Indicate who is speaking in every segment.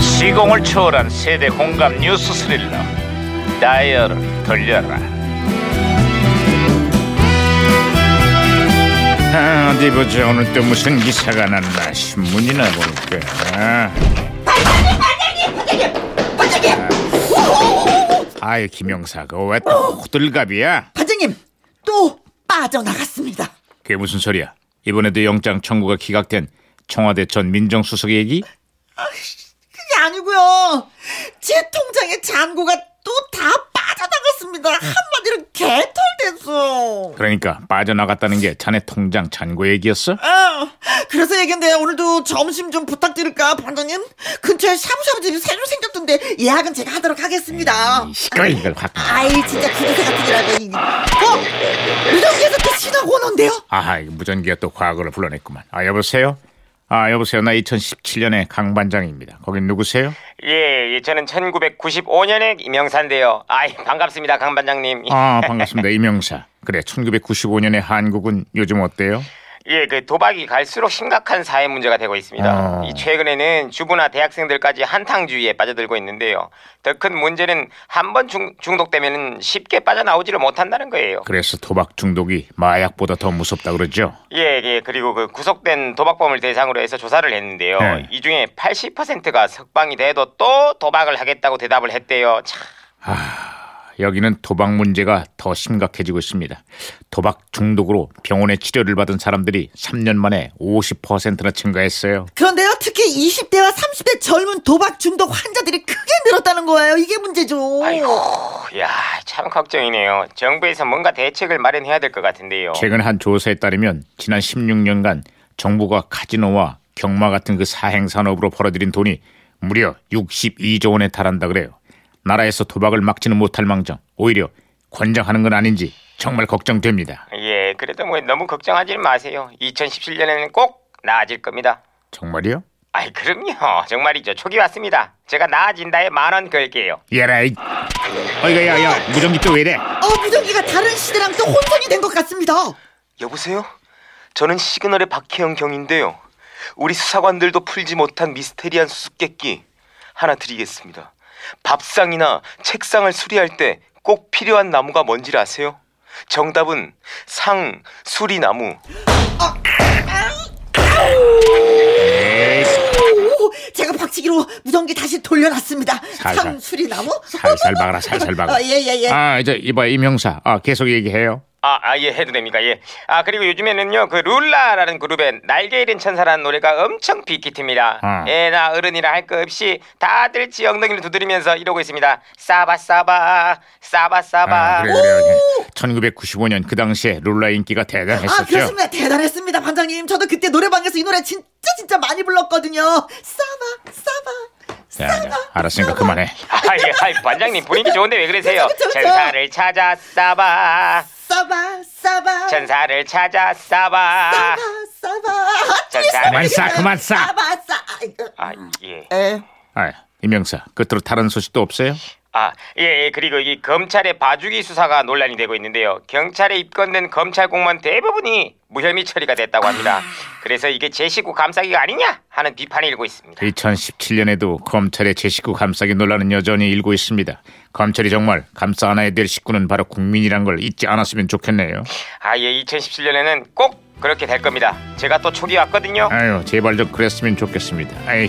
Speaker 1: 시공을 초월한 세대 공감 뉴스 스릴러 다이얼을 돌려라 아, 어디 보자 오늘 또 무슨 기사가 났나 신문이나 볼까 아유 김영사가 왜 또 호들갑이야
Speaker 2: 반장님 또 빠져나갔습니다.
Speaker 1: 그게 무슨 소리야 이번에도 영장 청구가 기각된 청와대 전 민정수석 얘기
Speaker 2: 그게 아니고요. 제 통장에 잔고가 또 다 빠져나갔습니다. 한마디로 개털됐어.
Speaker 1: 그러니까 빠져나갔다는 게 자네 통장 잔고 얘기였어?
Speaker 2: 아, 그래서 얘긴데 오늘도 점심 좀 부탁드릴까 반장님? 근처에 샤브샤브 집이 새로 생겼던데 예약은 제가 하도록 하겠습니다.
Speaker 1: 시끄러 이걸 확.
Speaker 2: 아이 진짜 기대세 같은 일 알고 이 어? 무전기에서 또 신호가 오는데요?
Speaker 1: 아하 이거 무전기가 또 과거를 불러냈구만. 아 여보세요? 아 여보세요. 나 2017년의 강 반장입니다. 거긴 누구세요?
Speaker 3: 예, 예, 저는 1995년에 이명사인데요. 아이, 반갑습니다, 강 반장님.
Speaker 1: 아 반갑습니다. 이명사. 그래 1995년의 한국은 요즘 어때요?
Speaker 3: 예, 그 도박이 갈수록 심각한 사회 문제가 되고 있습니다.
Speaker 1: 아.
Speaker 3: 이 최근에는 주부나 대학생들까지 한탕주의에 빠져들고 있는데요. 더 큰 문제는 한 번 중독되면 쉽게 빠져나오지를 못한다는 거예요.
Speaker 1: 그래서 도박 중독이 마약보다 더 무섭다 그러죠?
Speaker 3: 예, 예, 그리고 그 구속된 도박범을 대상으로 해서 조사를 했는데요.
Speaker 1: 네.
Speaker 3: 이 중에 80%가 석방이 돼도 또 도박을 하겠다고 대답을 했대요. 참.
Speaker 1: 여기는 도박 문제가 더 심각해지고 있습니다. 도박 중독으로 병원에 치료를 받은 사람들이 3년 만에 50%나 증가했어요.
Speaker 2: 그런데요 특히 20대와 30대 젊은 도박 중독 환자들이 크게 늘었다는 거예요. 이게 문제죠.
Speaker 3: 아이고, 야, 참 걱정이네요. 정부에서 뭔가 대책을 마련해야 될 것 같은데요.
Speaker 1: 최근 한 조사에 따르면 지난 16년간 정부가 카지노와 경마 같은 그 사행 산업으로 벌어들인 돈이 무려 62조 원에 달한다 그래요. 나라에서 도박을 막지는 못할 망정 오히려 권장하는 건 아닌지 정말 걱정됩니다.
Speaker 3: 예, 그래도 뭐 너무 걱정하지 마세요. 2017년에는 꼭 나아질 겁니다.
Speaker 1: 정말이요?
Speaker 3: 아이, 그럼요. 정말이죠. 초기 왔습니다. 제가 나아진다에 만 원 걸게요.
Speaker 1: 얘라 이 어이가 야야 무전기 또 왜래?
Speaker 2: 어, 무전기가 다른 시대랑 또 혼선이 된 것 같습니다.
Speaker 3: 여보세요? 저는 시그널의 박혜영 경인데요. 우리 수사관들도 풀지 못한 미스테리한 수수께끼 하나 드리겠습니다. 밥상이나 책상을 수리할 때 꼭 필요한 나무가 뭔지를 아세요? 정답은 상, 수리 나무.
Speaker 2: 오, 제가 박치기로 무전기 다시 돌려놨습니다.
Speaker 1: 살살.
Speaker 2: 상 수리 나무?
Speaker 1: 살살 박아라 살살 박아.
Speaker 2: 어, 예, 예, 예.
Speaker 1: 아 이제 이봐 이명사 아 계속 얘기해요.
Speaker 3: 아, 아, 예, 해도 됩니까? 예. 아, 그리고 요즘에는요, 그 룰라라는 그룹의 날개 잃은 천사라는 노래가 엄청 빅히트입니다.
Speaker 1: 아.
Speaker 3: 예, 나 어른이라 할 거 없이 다들 지 엉덩이를 두드리면서 이러고 있습니다. 싸바싸바, 싸바싸바.
Speaker 1: 아, 그래 그래. 그래. 1995년 그 당시에 룰라 인기가
Speaker 2: 아,
Speaker 1: 대단했었죠.
Speaker 2: 그렇습니다. 대단했습니다, 반장님. 저도 그때 노래방에서 이 노래 진짜 진짜 많이 불렀거든요. 싸바, 싸바,
Speaker 1: 야, 야, 네, 알았으니까 그만해.
Speaker 3: 아, 예, 아이, 반장님 분위기 좋은데 왜 그러세요?
Speaker 2: 그쵸, 그쵸, 그쵸.
Speaker 3: 천사를 찾아 싸바,
Speaker 2: 싸바, 싸바.
Speaker 3: 천사를 찾아
Speaker 2: 싸바,
Speaker 3: 싸바.
Speaker 2: 싸바. 아,
Speaker 3: 천사를
Speaker 1: 그만 싸, 그만 싸.
Speaker 2: 싸바, 싸. 아이고.
Speaker 3: 아, 예.
Speaker 2: 에.
Speaker 1: 아, 이명사 끝으로 다른 소식도 없어요?
Speaker 3: 아, 예, 예, 그리고 이 검찰의 봐주기 수사가 논란이 되고 있는데요. 경찰에 입건된 검찰 공무원 대부분이 무혐의 처리가 됐다고 합니다. 그래서 이게 제 식구 감싸기가 아니냐 하는 비판이 일고 있습니다.
Speaker 1: 2017년에도 검찰의 제 식구 감싸기 논란은 여전히 일고 있습니다. 검찰이 정말 감싸 안아야 될 식구는 바로 국민이란 걸 잊지 않았으면 좋겠네요.
Speaker 3: 아, 예, 2017년에는 꼭 그렇게 될 겁니다. 제가 또 초기 왔거든요.
Speaker 1: 아유, 제발 좀 그랬으면 좋겠습니다. 아휴.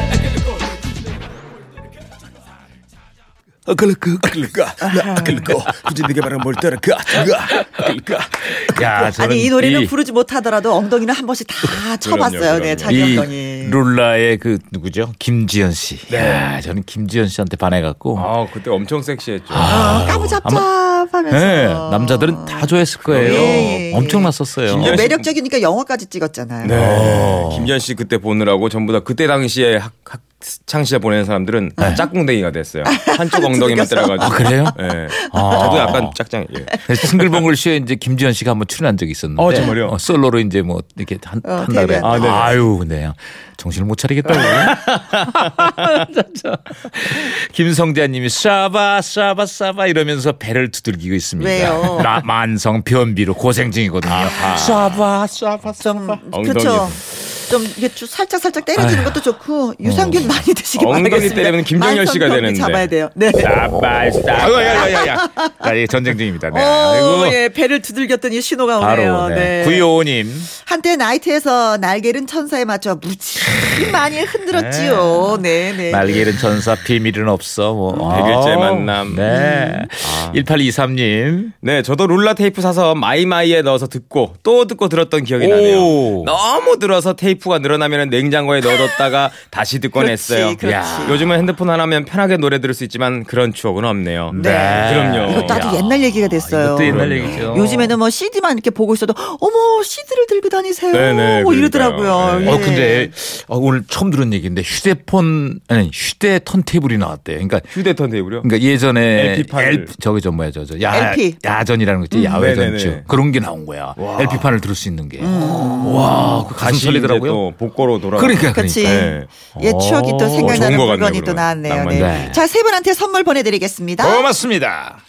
Speaker 4: 아클르크 아클르까 나 아클르코 굳이 네가 말한 뭘 따라가 아클르까
Speaker 1: 야,
Speaker 2: 아니, 이 노래는 부르지 못하더라도 엉덩이는 한 번씩 다 쳐봤어요. 네, 자기 엉덩이.
Speaker 5: 룰라의 그 누구죠? 김지현 씨. 야, 저는 김지현 씨한테 반해갖고.
Speaker 6: 아 그때 엄청 섹시했죠.
Speaker 2: 아, 까무잡잡하면서.
Speaker 5: 네, 아, 남자들은 다 좋아했을 거예요.
Speaker 2: 아. 예, 예,
Speaker 5: 엄청났었어요.
Speaker 6: 김지현 씨.
Speaker 4: 네.
Speaker 2: 매력적이니까 영화까지 찍었잖아요.
Speaker 6: 네. 김연 씨 그때 보느라고 전부 다 그때 당시에 학, 학-
Speaker 3: 창시자 보내는 사람들은 짝꿍댕이가 됐어요. 한쪽 엉덩이만 때려가지고.
Speaker 1: 네. 아, 그래요?
Speaker 3: 예.
Speaker 1: 아.
Speaker 3: 저도 약간 짝짱. 예.
Speaker 5: 네,
Speaker 1: 싱글벙글 쇼에 이제 김지현 씨가 한번 출연한 적이 있었는데
Speaker 3: 어, 정말요?
Speaker 1: 솔로로 이제 뭐 이렇게 한,
Speaker 2: 어,
Speaker 1: 한다 그래.
Speaker 2: 데뷔한다.
Speaker 3: 네.
Speaker 1: 아, 유 근데 정신을 못 차리겠다고. 진짜. 김성자님이 싸바 싸바 싸바 이러면서 배를 두들기고 있습니다.
Speaker 2: 왜요?
Speaker 1: 나- 만성 변비로 고생 중이거든요.
Speaker 5: 아,
Speaker 1: 싸바 싸바
Speaker 2: 좀
Speaker 1: 싸바.
Speaker 2: 그렇죠. 좀 이게 주- 살짝 살짝 때려주는 것도 좋고 유산균 많이 드시기
Speaker 3: 엉덩이
Speaker 2: 바라겠습니다.
Speaker 3: 때리면 김종현 씨가
Speaker 2: 만성
Speaker 3: 되는데.
Speaker 2: 변비 잡아야 돼요. 네.
Speaker 1: 싸바 싸바. 아이고, 야야야야. 아, 예, 전쟁 중입니다. 네.
Speaker 2: 오,
Speaker 1: 아이고.
Speaker 2: 예, 배를 두들겼더니 신호가 오네요.
Speaker 1: 바로
Speaker 2: 네.
Speaker 1: 네. 구요님
Speaker 2: 한때 나이트에서 날개는 천사에 맞춰 무지 많이 흔들었지요. 네, 네.
Speaker 1: 날개는 천사 비밀은 없어 뭐
Speaker 3: 백일째
Speaker 1: 아우,
Speaker 3: 만남. 음. 아.
Speaker 1: 네 1823님
Speaker 3: 네, 저도 룰라 테이프 사서 마이마이에 넣어서 듣고 또 듣고 들었던 기억이 나네요.
Speaker 1: 오.
Speaker 3: 너무 들어서 테이프가 늘어나면 냉장고에 넣어뒀다가 다시 듣곤
Speaker 2: 그렇지,
Speaker 3: 했어요.
Speaker 2: 그렇지.
Speaker 3: 요즘은 핸드폰 하나면 편하게 노래 들을 수 있지만 그런 추억은 없네요. 그럼요.
Speaker 2: 이것도 아주
Speaker 1: 야.
Speaker 2: 옛날 얘기가 됐어요.
Speaker 1: 이것도 옛날 얘기죠.
Speaker 2: 요즘에는 뭐 CD만 이렇게 보고 있어도 어머 CD를 들고 다니세요.
Speaker 3: 네네,
Speaker 2: 뭐
Speaker 3: 그러니까요.
Speaker 2: 이러더라고요.
Speaker 3: 네.
Speaker 1: 어
Speaker 2: 예.
Speaker 1: 근데 어, 오늘 처음 들은 얘기인데 휴대폰 아니 휴대 턴테이블이 나왔대요. 그러니까
Speaker 3: 휴대폰 테이블요?
Speaker 1: 그러니까 예전에
Speaker 3: LP 를.
Speaker 1: 저기 저 뭐야 저저 야,
Speaker 2: LP.
Speaker 1: 야전이라는 거 있지 야외
Speaker 3: 네네네.
Speaker 1: 전주 그런 게 나온 거야. LP 판을 들을 수 있는 게.
Speaker 2: 음.
Speaker 1: 와, 그 가슴
Speaker 3: 다시 이제
Speaker 1: 설레더라고요.
Speaker 3: 또 복고로 돌아.
Speaker 1: 그러니까
Speaker 2: 그치.
Speaker 1: 그러니까.
Speaker 3: 네.
Speaker 2: 예, 추억이 또
Speaker 1: 오,
Speaker 2: 생각나는
Speaker 3: 좋은 것 같네요,
Speaker 2: 물건이 또
Speaker 3: 그러면.
Speaker 2: 나왔네요.
Speaker 3: 낭만. 어,
Speaker 2: 네.
Speaker 1: 네.
Speaker 2: 자, 세 분한테 선물 보내드리겠습니다.
Speaker 1: 고맙습니다.